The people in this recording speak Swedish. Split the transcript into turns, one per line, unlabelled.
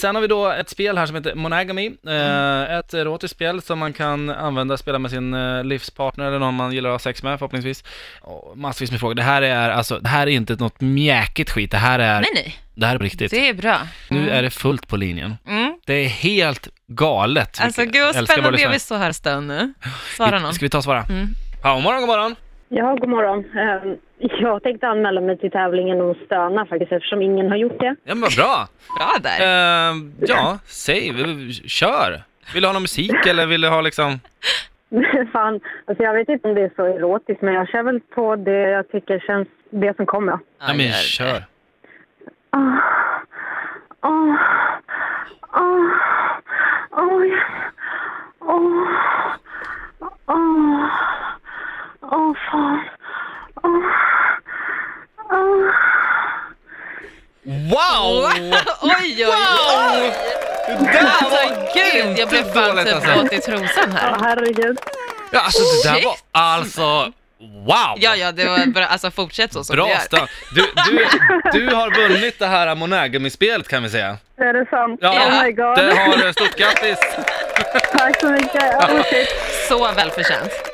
Sen har vi då ett spel här som heter Monogamy,
Mm.
eh, ett erotiskt spel som man kan använda, spela med sin eh, livspartner eller någon man gillar att ha sex med förhoppningsvis. Och massvis med frågor. Det här är alltså, det här är inte något mjäkigt skit, det här är,
Nej, nej.
det här är på riktigt.
Det är bra.
Nu är det fullt på linjen.
Mm.
Det är helt galet.
Alltså
vilket-
gud vad
jag älskar våra
spännande jag
lyssnare.
vill stå här en stund nu. Svara någon.
Ska vi ta och svara?
Mm.
Ja, god morgon, god morgon.
Ja, god morgon. Ehm, Jag tänkte anmäla mig till tävlingen om stöna faktiskt eftersom ingen har gjort det.
Ja, men vad bra.
Bra där.
Ehm, ja, säg, kör. Vill du ha någon musik eller vill du ha liksom...
Fan, alltså jag vet inte om det är så erotiskt men jag kör väl på det jag tycker känns det som kommer. Ah.
Ja, men
gör det.
kör.
Åh, åh, åh, åh, ja. åh, åh, åh, Ah. fan, Ah. åh, åh.
Wow!
Oj, oj, oj.
Det där
Alltså
var
gud,
inte
jag blev fan
dåligt
typ
alltså.
våt i trosan
Ja,
här.
herregud.
Ja, alltså det där
Shit.
var alltså, wow!
Ja, ja, det var bra. Alltså fortsätt så som du
Bra
gör.
start. Du, du, du har vunnit det här Monogamy-spelet kan vi säga.
Är det sant?
Ja.
Oh my god.
Det har, stort grattis!
Tack så mycket. Ja, Ah, shit.
Så välförtjänt.